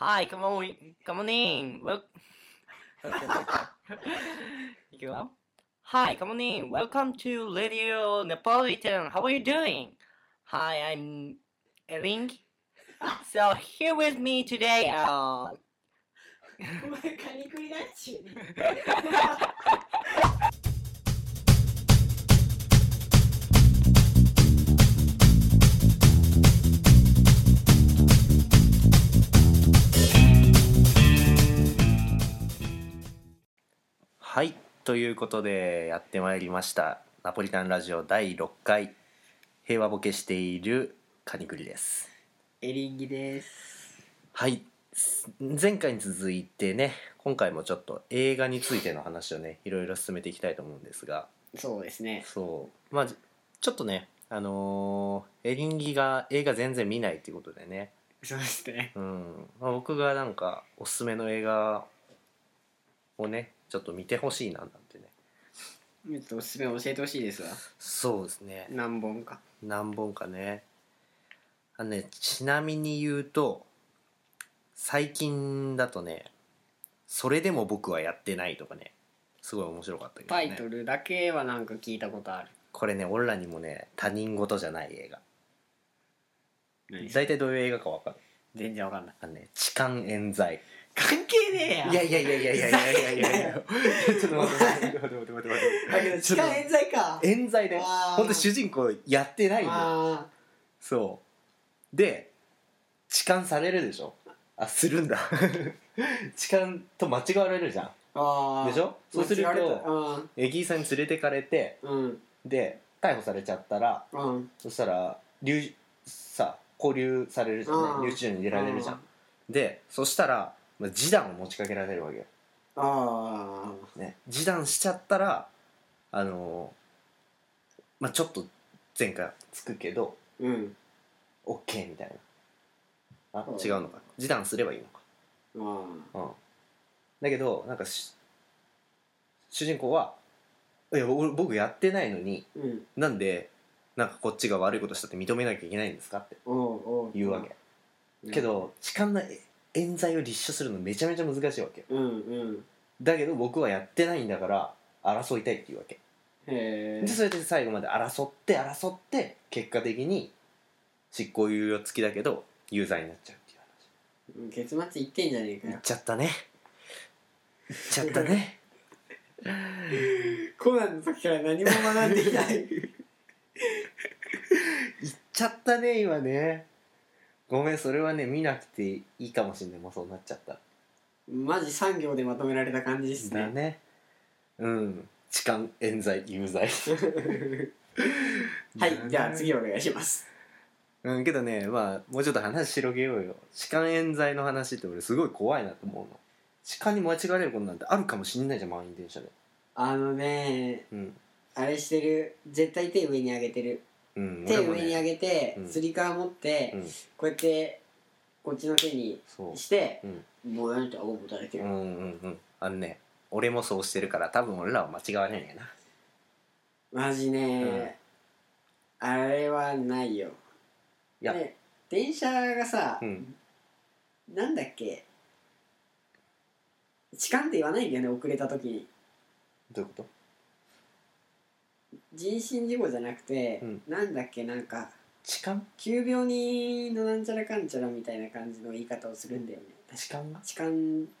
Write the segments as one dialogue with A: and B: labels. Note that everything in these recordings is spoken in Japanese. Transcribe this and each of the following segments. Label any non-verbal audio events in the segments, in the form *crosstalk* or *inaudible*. A: Hi, come on, in- come on in. *laughs* Well,いくよ Hi, come on in. Welcome to Radio Napolitan. How are you doing? Hi, I'm Eling. So here with me today are.
B: お前カニクリだっちゅうね
A: uh,
C: はい、ということでやってまいりましたナポリタンラジオ第6回平和ボケしているカニクリです
B: エリンギです
C: はいす前回に続いてね今回もちょっと映画についての話をねいろいろ進めていきたいと思うんですが
B: そうですね
C: そうまあじちょっとねあのーエリンギが映画全然見ないっていうことでね、
B: そうですね
C: うんまあ、僕がなんかおすすめの映画をねちょっと見てほしいななんてね
B: ちょっとおすすめ教えてほしいですわ
C: そうですね
B: 何本か
C: 何本かねあのねちなみに言うと最近だとね「それでも僕はやってない」とかねすごい面白かったけど、
B: タ
C: ね、
B: イトルだけはなんか聞いたことある
C: これね俺らにもね他人事じゃない映画
B: 何
C: 大体どういう映画か分かる
B: 全然わかんない
C: あのね「痴漢冤罪」
B: 関係ねえや
C: いやいやいやいやいやいやいやいやいや *laughs* ちょっと待って待って待って待って待って
B: だけど痴漢冤罪か
C: 冤罪で
B: あー
C: ほんと主人公やってないんだよ
B: あ
C: そうで痴漢されるでしょあするんだ *laughs* 痴漢と間違われるじゃん
B: ーあー
C: でしょそうすると
B: 間違われ
C: 駅員さんに連れてかれて
B: たうん
C: で逮捕されちゃったら
B: うんうん
C: そしたら留さ拘留されるじゃん
B: うん
C: ね留置所に入れられるじゃ
B: うん
C: でそしたらまあ示談を持ちかけられるわけよ、
B: あ
C: ね、示談しちゃったらあのーまあちょっと前回つくけど
B: ーうん
C: オッケーみたいなあ
B: うん
C: 違うのか示談すればいいのか
B: あー
C: うん、だけどなんかし主人公は「いや俺僕やってないのに
B: うん
C: なんでなんかこっちが悪いことしたって認めなきゃいけないんですか?」って
B: おうお
C: 言うわけ、けど痴漢な冤罪を立証するのめちゃめちゃ難しいわけよ
B: うんうん
C: だけど僕はやってないんだから争いたいっていうわけ
B: へ
C: で
B: え
C: それで最後まで争って争って結果的に執行猶予付きだけど有罪になっちゃうっていう
B: 結末いってんじゃねえか
C: 話い
B: よ
C: っちゃったねいっちゃったね
B: コナンの時から何も学んでいない
C: 行っちゃったね今ねごめんそれはね見なくていいかもしんないもうそうなっちゃった
B: マジ産業でまとめられた感じです
C: だ
B: ね
C: ねうん痴漢冤罪有罪
B: はいじゃあ次お願いします
C: うんけどねまあもうちょっと話広げようよ痴漢冤罪の話って俺すごい怖いなと思うの痴漢に間違われることなんてあるかもしんないじゃん満員電車で
B: あのね
C: うん
B: あれしてる絶対手上に上げてる
C: うん
B: 手
C: 俺も
B: 上に上
C: ね
B: げて
C: うん
B: つり革持って、
C: うん
B: こうやってこっちの手に
C: そ
B: して
C: ううん
B: もうなんて顎持たれて
C: う
B: る、
C: んうんうんあのね俺もそうしてるから多分俺らは間違われないんやな
B: マジね、あれはないよ
C: いや
B: ね電車がさ、
C: うん
B: なんだっけ痴漢って言わないんだよね遅れた時に
C: どういうこ
B: 人身事故じゃなくて、
C: うん
B: なんだっけなんか
C: と痴漢
B: 急病人のなんちゃらかんちゃらみたいな感じの言い方をするんだよね
C: 痴漢が
B: 痴漢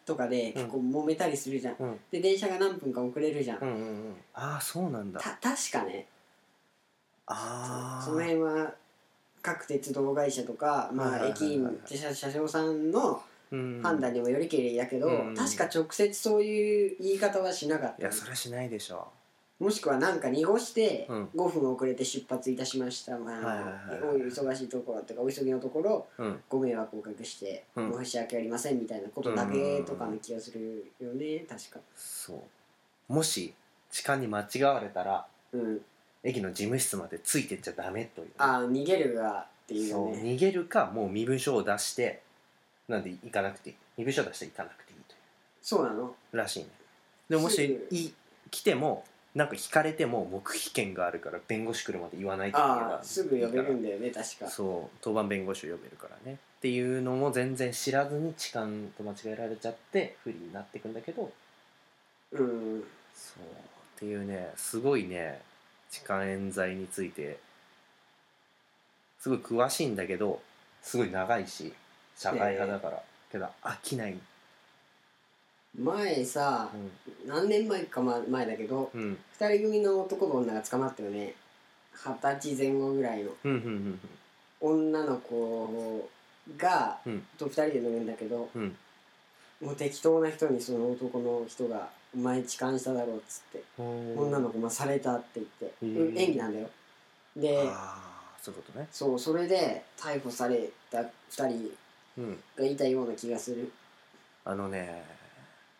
B: とかで結構揉めたりするじゃん、
C: うん
B: で電車が何分か遅れるじゃん、
C: うんうんうんああそうなんだ
B: た確かね
C: ああ
B: その辺は各鉄道会社とか、ま
C: はい
B: あ、
C: はいはいはい
B: 駅員車車掌さんの判
C: 判
B: 断にもよりけりだけど、
C: うん
B: 確か直接そういう言い方はしなかっ
C: い
B: た
C: やそれはしないでしょ
B: もしくはなんか濁して
C: うん
B: 5分遅れて出発いたしました、まあ
C: はいはいはい
B: お忙しいところとかお急ぎのところ
C: うん
B: ご迷惑をおかけして
C: うん
B: 申し訳ありませんみたいなことだけとかの気がするよね確か
C: そうもし痴漢に間違われたら
B: うん
C: 駅の事務室までついてっちゃダメという
B: ああ逃げるがっていう
C: そう
B: よね
C: 逃げるかもう身分証を出してなんで行かなくていい身分証出して行かなくていいとい
B: そうなの
C: うらしいねでももし
B: すぐ
C: い来てもなんか引かれても黙秘権があるから弁護士来るまで言わないっていうの
B: あ
C: が
B: あすぐ呼べる
C: い
B: んだよね確
C: いから
B: か
C: そう当番弁護士を呼べるからねっていうのも全然知らずに痴漢と間違えられちゃって不利になってくんだけど
B: うん
C: そうっていうねすごいね痴漢冤罪についてすごい詳しいんだけどすごい長いし社会派だから、けど飽きない
B: 前さ何年前かま前だけど
C: うんうん
B: 二人組の男と女が捕まったよね二十歳前後ぐらいの
C: うんうん
B: 女の子が、
C: うん
B: と二人で乗るんだけど
C: うんうん
B: もう適当な人にその男の人が「お前痴漢しただろ」っつって、女の子もされたって言って、
C: へー
B: うん演技なんだよで
C: ああそういうことね
B: そうそれで逮捕された二人
C: うん
B: がいたような気がする
C: あのね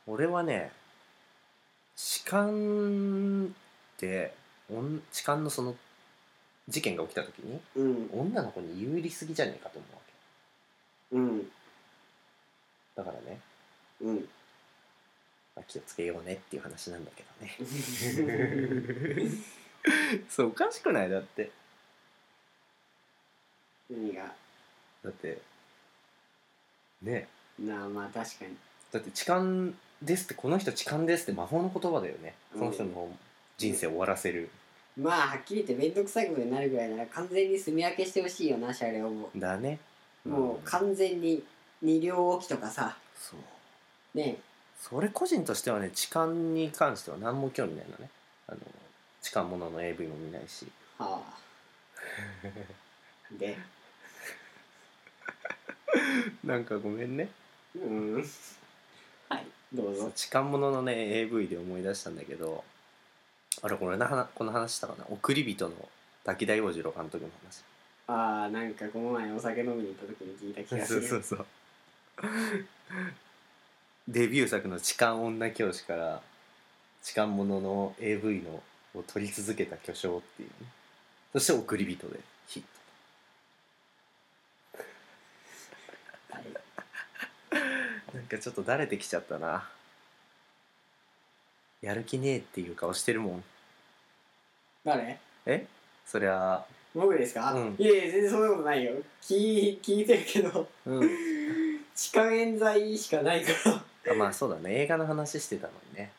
C: 俺はね痴漢っておん痴漢のその事件が起きた時に
B: うん
C: 女の子に有利すぎじゃねえかと思うわ
B: うん
C: けだからね、
B: うん
C: まあ、気をつけようねっていう話なんだけどね *laughs* そうおかしくないだって
B: 何が
C: だってね
B: なあまあ確かに
C: だって痴漢ですってこの人痴漢ですって魔法の言葉だよねその人の人生を終わらせる、
B: まあはっきり言って面倒くさいことになるぐらいなら完全に住み分けしてほしいよなシャレをも
C: だね
B: うもう完全に二両置きとかさ
C: そう
B: ね
C: それ個人としてはね痴漢に関しては何も興味ないのねあの痴漢ものの AV も見ないし
B: はあで
C: *laughs* なんかごめんね
B: うんはいどう
C: そう
B: ぞ
C: 痴漢もののね AV で思い出したんだけどあれこれな話この話したかな「送り人」の滝田洋次郎監督の話
B: ああなんかこの前お酒飲みに行った時に聞いた気がす
C: そう
B: る
C: そうそうデビュー作の「痴漢女教師」から痴漢ものの AV のを撮り続けた巨匠っていうねそして「送り人」でヒット
B: はい
C: なんかちょっとだれてきちゃったなやる気ねえっていう顔してるもん
B: 誰
C: えそりゃ
B: 僕ですか、
C: うん
B: いやいや全然そんなことないよ聞い聞いてるけど
C: うん
B: 痴漢冤罪しかないから
C: あまあそうだね映画の話してたのにね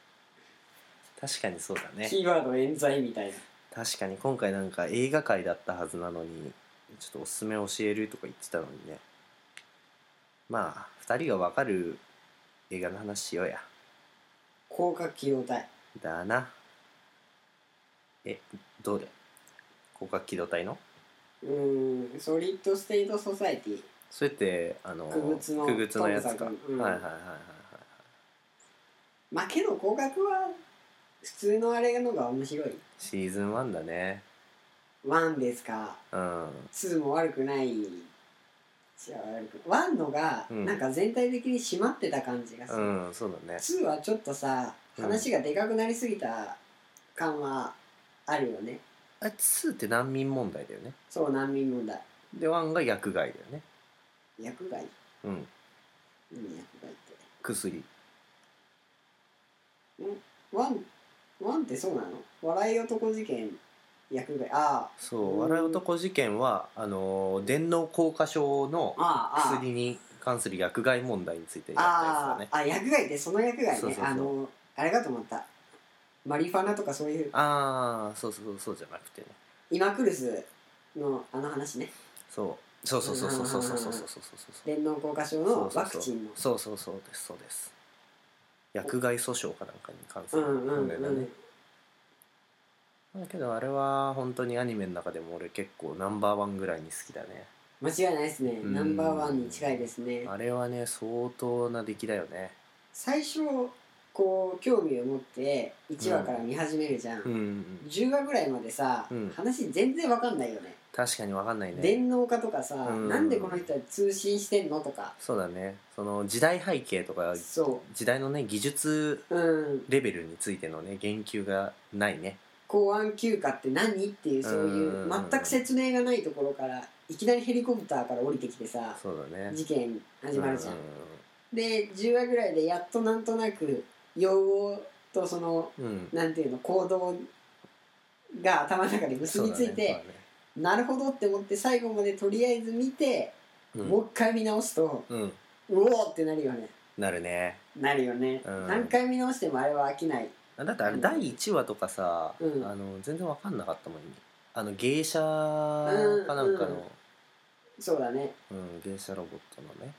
C: 確かにそうだね
B: キーワード冤罪みたいな
C: 確かに今回なんか映画界だったはずなのにちょっとおすすめ教えるとか言ってたのにねまあ2人がわかる映画の話しようや
B: 広角機動隊
C: だなえどれ広角機動隊の
B: うーんソリッドステイトソサイティ
C: それってあの
B: くぐつの
C: くぐつのやつか、
B: トムさんのうん
C: はいはいはいはいはい
B: まあけど広角は普通のあれのが面白い
C: シーズン1だね
B: ワンですか
C: うん
B: 2も悪くないじゃあ悪くワンのが
C: うん
B: なんか全体的に締まってた感じがする、
C: うんそうだね
B: 2はちょっとさ
C: うん
B: 話がでかくなりすぎた感はあるよね
C: あ2って難民問題だよね
B: そう難民問題
C: で1が薬害だよね
B: 薬害
C: うん
B: うん薬害って
C: 薬
B: ワンワンってそうなの笑い男事件薬害あ
C: そううん笑い男事件はあのー電脳硬化症の
B: ああああ
C: 薬に関する薬害問題についてやったやつだ
B: あ
C: ね
B: ああ薬害ってその薬害ね
C: そうそうそう
B: あのあれかと思ったマリファナとかそういう
C: ああそうそうそうじゃなくてね
B: イマクルスのあの話ね
C: そうそうそうそうそうそうそうそうそうそうそう
B: 電脳硬化症のワクチンの
C: そうそうそうですそうです薬害訴訟かなんかに関す
B: う
C: る
B: んう
C: 問
B: ん
C: 題だ
B: う
C: ね
B: ん
C: だけどあれは本当にアニメの中でも俺結構ナンバーワンぐらいに好きだね
B: 間違いないですね
C: うん
B: ナンバーワンに近いですね
C: あれはね相当な出来だよね
B: 最初こう興味を持って1話から見始めるじゃん、
C: うんうん
B: 10話ぐらいまでさ、
C: うん
B: 話全然わかんないよね
C: 確かに分かんないね
B: 電脳化とかさ、
C: うん
B: なんでこの人は通信してんのとか
C: そうだねその時代背景とか
B: そ
C: 時代のね技術
B: ううん
C: レベルについてのね言及がないね
B: 公安休暇って何っていうそういう
C: うん
B: 全く説明がないところからいきなりヘリコプターから降りてきてさ
C: そうだね
B: 事件始まるじゃん
C: う、
B: で10話ぐらいでやっとなんとなく用語とその
C: んうんうん
B: なんていうの行動が頭の中で結びついて、
C: そうだね
B: なるほどって思って最後までとりあえず見て
C: うん
B: もう一回見直すと
C: うん
B: うおーってなるよね
C: なるね
B: なるよね、
C: うん
B: 何回見直してもあれは飽きない
C: だってあれ
B: うん
C: 第1話とかさ、
B: うん
C: あの全然わかんなかったもんねあの芸者かなんかの、
B: そうだね
C: うん芸者ロボットのね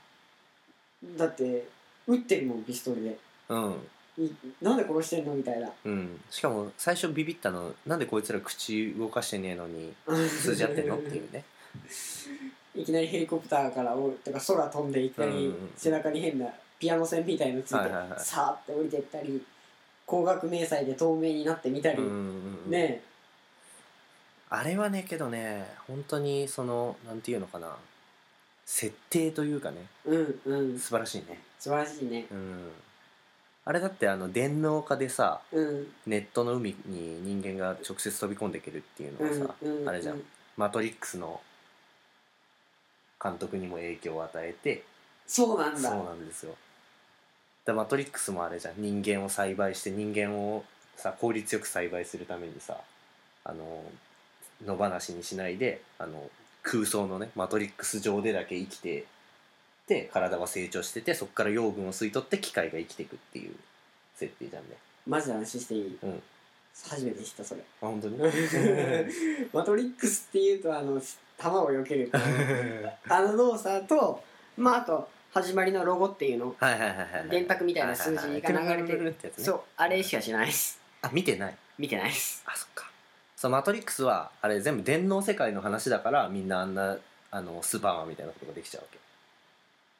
B: だって撃ってるもんピストルで
C: うん
B: いなんで殺してんのみたいな
C: うん、しかも最初ビビったのなんでこいつら口動かしてねえのに通じ合ってんのっていうね
B: *laughs* いきなりヘリコプターからおとか空飛んでいきな
C: うんう
B: り
C: ん
B: 背中に変なピアノ線みたいのついて
C: はいはいはい
B: さーって降りてったり高額迷彩で透明になってみたり、
C: うんうんうん
B: ね
C: あれはねけどね本当にそのなんていうのかな設定というかね
B: えうんうん
C: 素晴らしいね
B: 素晴らしいね
C: うんあれだってあの電脳化でさ
B: うん
C: ネットの海に人間が直接飛び込んでいけるっていう
B: う
C: の
B: ん
C: はさ、
B: うん
C: あれじゃんマトリックスの監督にも影響を与えて
B: そうなん
C: そう
B: だ
C: なんですよだマトリックスもあれじゃん人間を栽培して人間をさ効率よく栽培するためにさあの野放しにしないであの空想のねマトリックス上でだけ生きてで体は成長しててそこから養分を吸い取って機械が生きていくっていう設定じゃんね
B: マジで話していい、
C: うん
B: 初めて知ったそれ
C: あ本当
B: *laughs*
C: に
B: マトリックスっていうとあの弾を避け
C: *laughs*
B: るあの動作とまああと始まりのロゴっていうの
C: はいはいはいはい
B: 電卓みたいな数字が流れて
C: は
B: る
C: いはいはいってやつね
B: そうあれしかしないです
C: あ見てない
B: 見てないです
C: あそっかそうマトリックスはあれ全部電脳世界の話だからみんなあんなあのスーパーマンみたいなことができちゃうわけ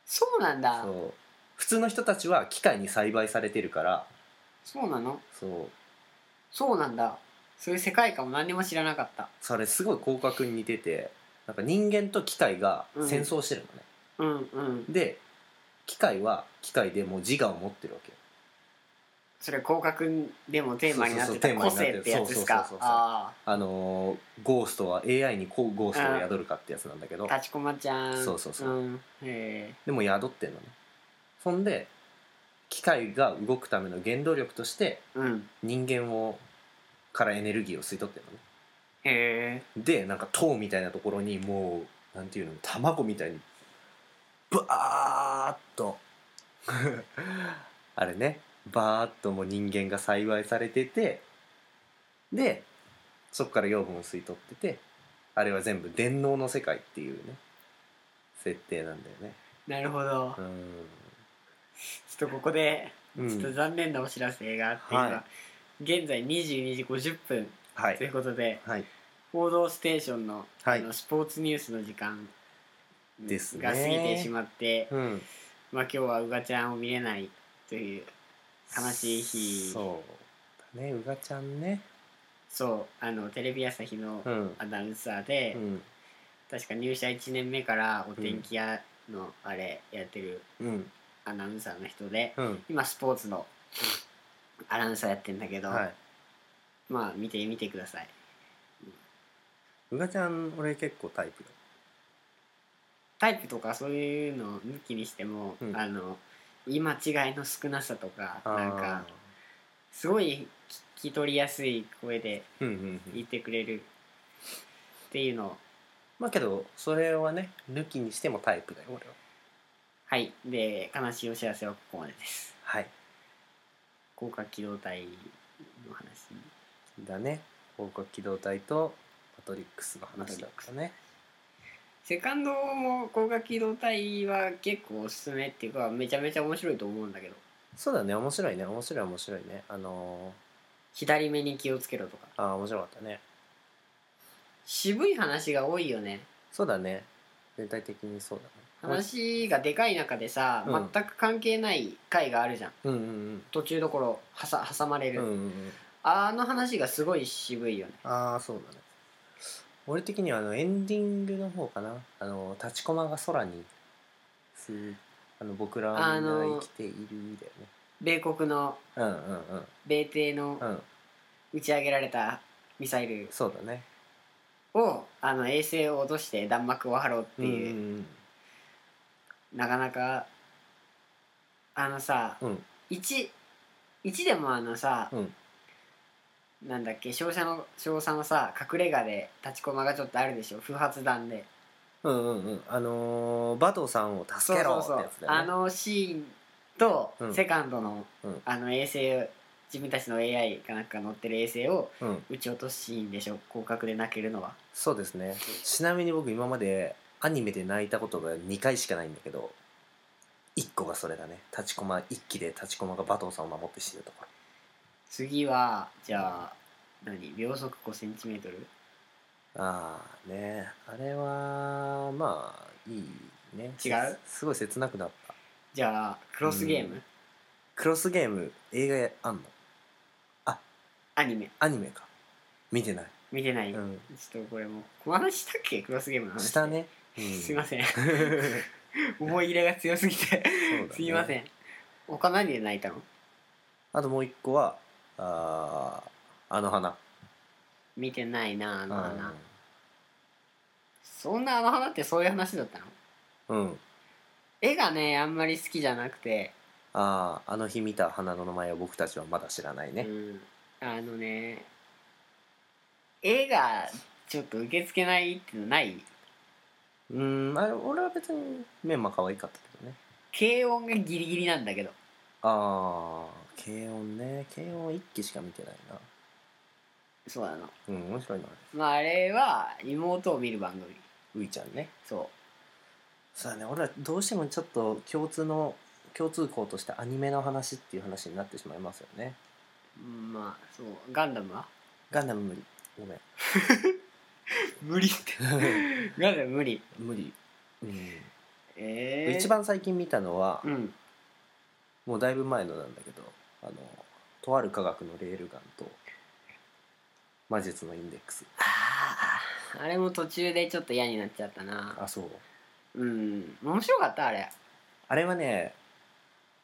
B: そうなんだそう
C: そう普通の人たちは機械に栽培されてるから
B: なの
C: そう
B: そうなんだそういう世界観も何にも知らなかった
C: それすごい広角に似ててなんか人間と機械が戦争してるのね、
B: うんうん
C: で機械は機械でもう自我を持ってるわけよ
B: それ広角でもテーマになって
C: そ
B: た
C: うそう
B: 個
C: そうテーマになってる
B: 性ってやつですか
C: そうそうそうそう
B: あ
C: あのーゴーストは AI にこうゴーストを宿るかってやつなんだけど
B: あ立ちこまちゃん
C: そうそうそう
B: うん、へえ
C: でも宿ってんのねそんで機械が動くための原動力として
B: うん
C: 人間をからエネルギーを吸い取ってるのね
B: へえ
C: でなんか塔みたいなところにもうなんていうの卵みたいにバーっと *laughs* あれねバーっともう人間が幸いされててでそこから養分を吸い取っててあれは全部電脳の世界っていうね設定なんだよね
B: なるほど
C: う
B: ちょっとここで
C: ーん、
B: ちょっ
C: う
B: と
C: ん、
B: 残念なお知らせがあって今、
C: はい
B: 現在22時50分
C: は
B: とい
C: いう
B: ことで、
C: はい
B: 報道ステーションの,、
C: はい
B: あのスポーツニュースの時間
C: ですね
B: が過ぎてしまって、
C: うん
B: まあ、今日はうがちゃんを見れないという悲しい日そう
C: そうだねうがちゃんね
B: あのテレビ朝日の
C: うん
B: アナウンサーで、
C: うん
B: 確か入社1年目からお天気屋のあれやってる
C: うん
B: アナウンサーの人で
C: うん
B: 今スポーツのアナウンサーやってんだけど、
C: はい
B: まあ見てみてくださいう
C: がちゃん俺結構タイプだ
B: タイプとかそういうのを抜きにしても、
C: うん
B: あの言い間違いの少なさとかなんか
C: あー
B: すごい聞き取りやすい声で
C: うんうんうん
B: 言ってくれるっていうのを
C: まあけどそれはね抜きにしてもタイプだよ俺は
B: はいで悲しいお知らせはここまでです
C: はい
B: 高架機動隊の話
C: だね広角機動隊とマトリックスの話だったね
B: セカンドも高架機動隊は結構おすすめっていうかめちゃめちゃ面白いと思うんだけど
C: そうだね面白いね面白い面白いねあの
B: 左目に気をつけろとか
C: ー、あー面白かったね
B: 渋い話が多いよね
C: そうだね全体的にそうだね
B: 話がでかい中でさ、
C: うん
B: 全く関係ない回があるじゃん
C: うんうん
B: 途中どころはさ挟まれ
C: うんうん
B: る、
C: うんうん
B: あの話がすごい渋いよね
C: ああそうだね俺的にはあのエンディングの方かなあの立ちこまが空にすあの僕らはみんな生きている
B: 米国の
C: だよねうんうん
B: 米帝の
C: うんうん
B: 打ち上げられたミサイル
C: そうだね
B: をあの衛星を落として弾幕を張ろうっていう、
C: ん
B: なかなかあのさ、
C: うん
B: 一一でもあのさ、
C: うん
B: なんだっけ少佐の少佐のさ隠れ家で立ちこまがちょっとあるでしょ不発弾で
C: うんうんうんあのーバトさんを助けろってやつだよね
B: あのシーンと
C: うん
B: セカンドの、
C: うん
B: あの衛星自分たちの AI かなんか乗ってる衛星を
C: うん
B: 撃ち落とすシーンでしょ広角で泣けるのは
C: そうですねちなみに僕今までアニメで泣いたことが2回しかないんだけど1個がそれだね立ちこま1期で立ちこまがバトさんを守って死ぬところ
B: 次はじゃあ何秒速 5cm
C: ああねあれはまあいいね
B: 違う
C: すすごい切なくなった
B: じゃあクロスゲーム、
C: うんクロスゲーム映画やあんの
B: アニメ
C: アニメか見てない、
B: 見てない、
C: うん、
B: ちょっとこれもこの話したっけクロスゲームの話
C: したね、う
B: すいません
C: そう
B: *laughs* 思い入れが強すぎて
C: だね
B: すいません他何で泣いたの
C: あともう一個はあーあの花
B: 見てないなあの花
C: うん
B: そんなあの花ってそういう話だったの
C: うん
B: 絵がねあんまり好きじゃなくて、
C: あああの日見た花の名前を僕たちはまだ知らないね、
B: うん、あのね絵がちょっと受け付けないってのないう
C: ーんあれ俺は別にメンマ可愛かったけどね
B: 軽音がギリギリなんだけど
C: ああ軽音ね軽音一期しか見てないな
B: そうなの
C: うん面白いな
B: まああれは妹を見る番組
C: ういちゃんね
B: そ
C: そうだね俺らどうしてもちょっと共通の共通項としてアニメの話っていう話になってしまいますよね
B: ううんまあそうガンダムは
C: ガンダム無理ごめん
B: 無理ってガンダム無理
C: 無理、うん
B: ええ
C: 一番最近見たのは、
B: うん
C: もうだいぶ前のなんだけどあのとある科学のレールガンと魔術のインデックス
B: あああれも途中でちょっと嫌になっちゃったな
C: あそう
B: うん面白かったあれ
C: あれはね、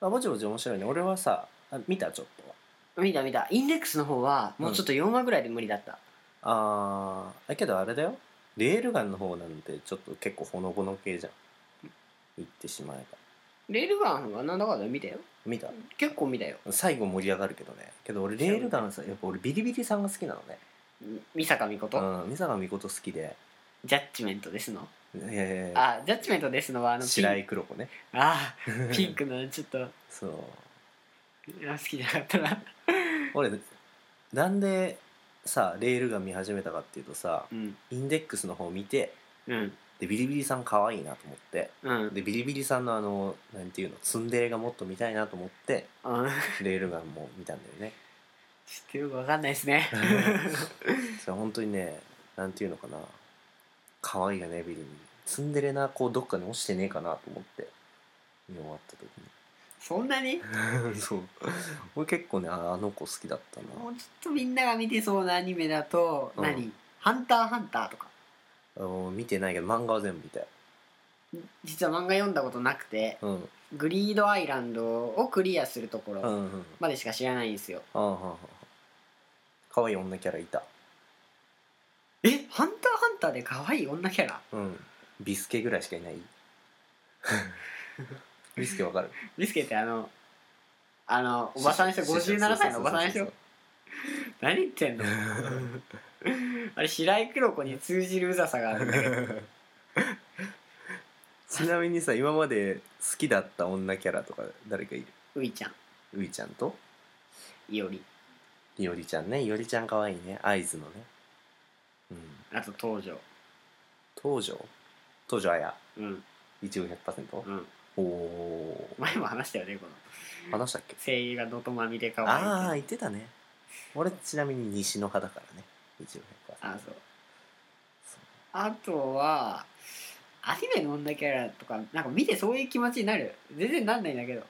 C: まあ、ぼちぼち面白いね俺はさあ見たちょっと
B: 見た見たインデックスの方はもうちょっと4話ぐらいで無理だった、
C: あーだけどあれだよレールガンの方なんてちょっと結構ほのぼの系じゃん言ってしまえば
B: レールガンはなんだかんだ見たよ
C: 見た
B: 結構見たよ
C: 最後盛り上がるけどねけど俺レールガンさやっぱ俺ビリビリさんが好きなのね
B: 美坂美琴、
C: うん美坂美琴好きで
B: ジャッジメントですの
C: えー、
B: あジャッジメントですのはあのピン
C: 白井黒子ね
B: あーピンクのちょっとあ
C: そう
B: 好きじゃなかったな
C: 俺なんでさレールガン見始めたかっていうとさ
B: うん
C: インデックスの方見て
B: うん
C: でビリビリさん可愛いなと思って
B: うん
C: でビリビリさんのあのなんていうのツンデレがもっと見たいなと思って
B: あ
C: レールガンも見たんだよね
B: ちょっとよくわかんないで
C: *laughs*
B: す *laughs* ね
C: それ本当にねなんていうのかな可愛いよねビリビリツンデレなこうどっかに落ちてねえかなと思って見終わった
B: そんなに
C: 時に *laughs* そう俺結構ねああの子好きだったな
B: もうちょっとみんなが見てそうなアニメだと、
C: うん
B: 何ハンターハンターとか
C: あの見てないけど漫画は全部見たよ
B: 実は漫画読んだことなくて
C: うんうん
B: グリードアイランドをクリアするとこ
C: う
B: ろ
C: んうん
B: までしか知らないんですよ、
C: ああ可愛い女キャラいた
B: えハンターハンターで可愛い女キャラ
C: うんビスケぐらいしかい *laughs* ないビスケわかる
B: ビスケってあのあのおばさんでしょ57歳のおばさんでしょ何言ってんのあれ白井黒子に通じるうざさがあるん *laughs* だけど
C: ちなみにさ今まで好きだった女キャラとか誰かいる
B: ういちゃん
C: ういちゃんと
B: いおり
C: いおりちゃんねいおりちゃん可愛いね合図のねうん
B: あと東條
C: 東條東條綾
B: うん
C: 一応100%、
B: うん
C: おおー
B: 前も話したよねこの
C: 話したっけ
B: 声優がドトマミで可愛い
C: ああ
B: って
C: 言ってたね俺ちなみに西の派だからね一応100%
B: あそうあとはアニメの女キャラとかなんか見てそういう気持ちになる全然なんないんだけど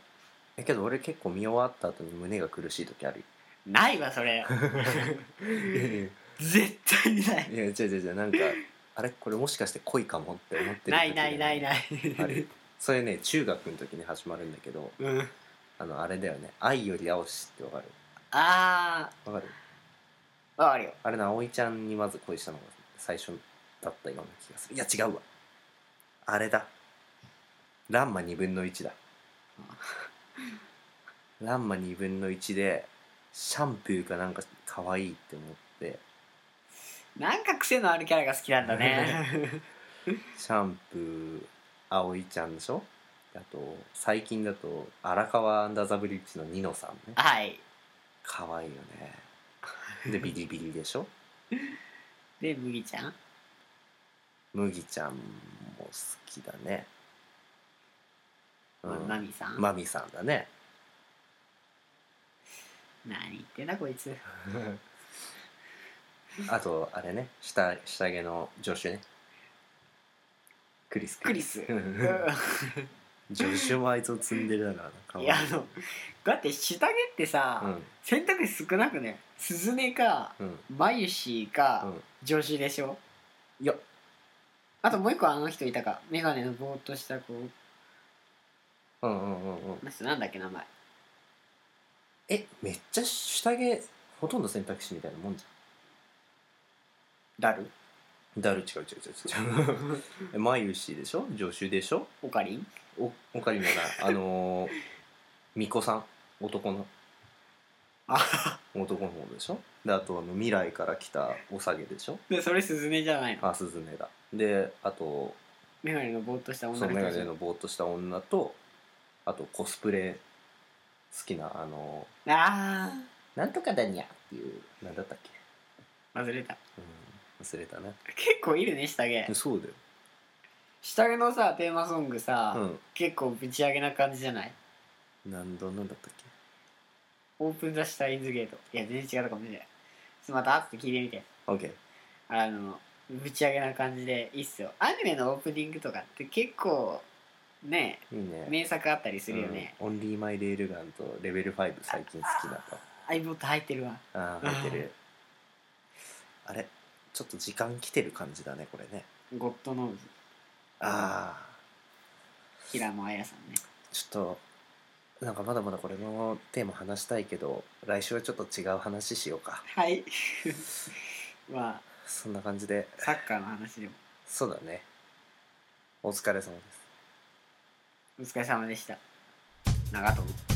C: えけど俺結構見終わった後に胸が苦しい時あるよ
B: ないわ
C: *laughs*
B: それ *laughs* 絶対にない
C: いや違う違う違うなんかあれこれもしかして恋かもって思ってる
B: ないないない
C: い
B: ない
C: あるそれね中学の時に始まるんだけど
B: うん
C: あのあれだよね「愛より青し」ってわかる
B: あ
C: わかる
B: ーわかるよ
C: あれな葵ちゃんにまず恋したのが最初だったような気がするいや違うわあれだランマ2分の1だランマ2分の1でシャンプーかなんか可愛いって思って *laughs*
B: なんか癖のあるキャラが好きなんだね
C: シャンプー葵ちゃんでしょあと最近だと荒川アンダーザブリッジのニノさんね
B: はい
C: 可愛いよねでビリビリでし
B: *laughs*
C: ょ
B: で麦ちゃん
C: 麦ちゃんも好きだねう
B: まあ
C: ん
B: マミさん、
C: マミさんだ
B: *laughs*
C: ね
B: 何言ってんだこいつ
C: あとあれね下下着の助手ねクリス
B: クリス
C: *laughs* 助手もあいつを積んでるだからな可愛
B: *laughs* いやあのだって下着ってさ、
C: うん
B: 選択肢少なくねスズメか
C: うん
B: 眉シか、
C: うん
B: 女子でしょ
C: いや
B: あともう一個あの人いたか眼鏡のぼーっとした子
C: うんうんうんうん
B: あの人なんだっけ名前
C: えめっちゃ下着ほとんど選択肢みたいなもんじ
B: ダル
C: ゃんだる違う違う違う違う
B: *laughs*
C: えマユシでしょ助手でしょ
B: オカリン
C: おおかりも
B: *laughs*
C: なあのー、巫女さん男の
B: あ
C: 男の方でしょであとあの未来から来たおさげでしょ
B: でそれスズメじゃないの
C: あスズメだであと
B: 眼鏡のぼーっとした
C: その
B: 女の
C: メ
B: 人
C: ガ
B: でし
C: ネ
B: ょ
C: のぼーっとした女とあとコスプレ好きなあの
B: あ
C: ーなんとかだにゃっていうなんだったっけ、
B: あ忘れた
C: うん、忘れたね
B: 結構いるね下着
C: そうだよ
B: 下着のさテーマソングさ、
C: う
B: 結構ぶち上げな感じじゃない
C: ん何度なんだったっけ
B: オープンザシュタインズゲートいや全然違うかもしれないちょっとまた後で聞いてみて
C: OK
B: あのぶち上げな感じでいいっすよアニメのオープニングとかって結構ね
C: いいね
B: 名作あったりするよね、
C: うんオンリーマイレールガンとレベル5最近好きだと
B: アイボット入ってるわ
C: ああ入ってるあれちょっと時間来てる感じだねこれね
B: ゴッドノーズ
C: ああ
B: 平野綾さんね
C: ちょっとなんかまだまだこれのテーマ話したいけど来週はちょっと違う話しようか
B: はい *laughs* まあ
C: そんな感じで
B: サッカーの話でも
C: そうだねお疲れ様です
B: お疲れ様でした長友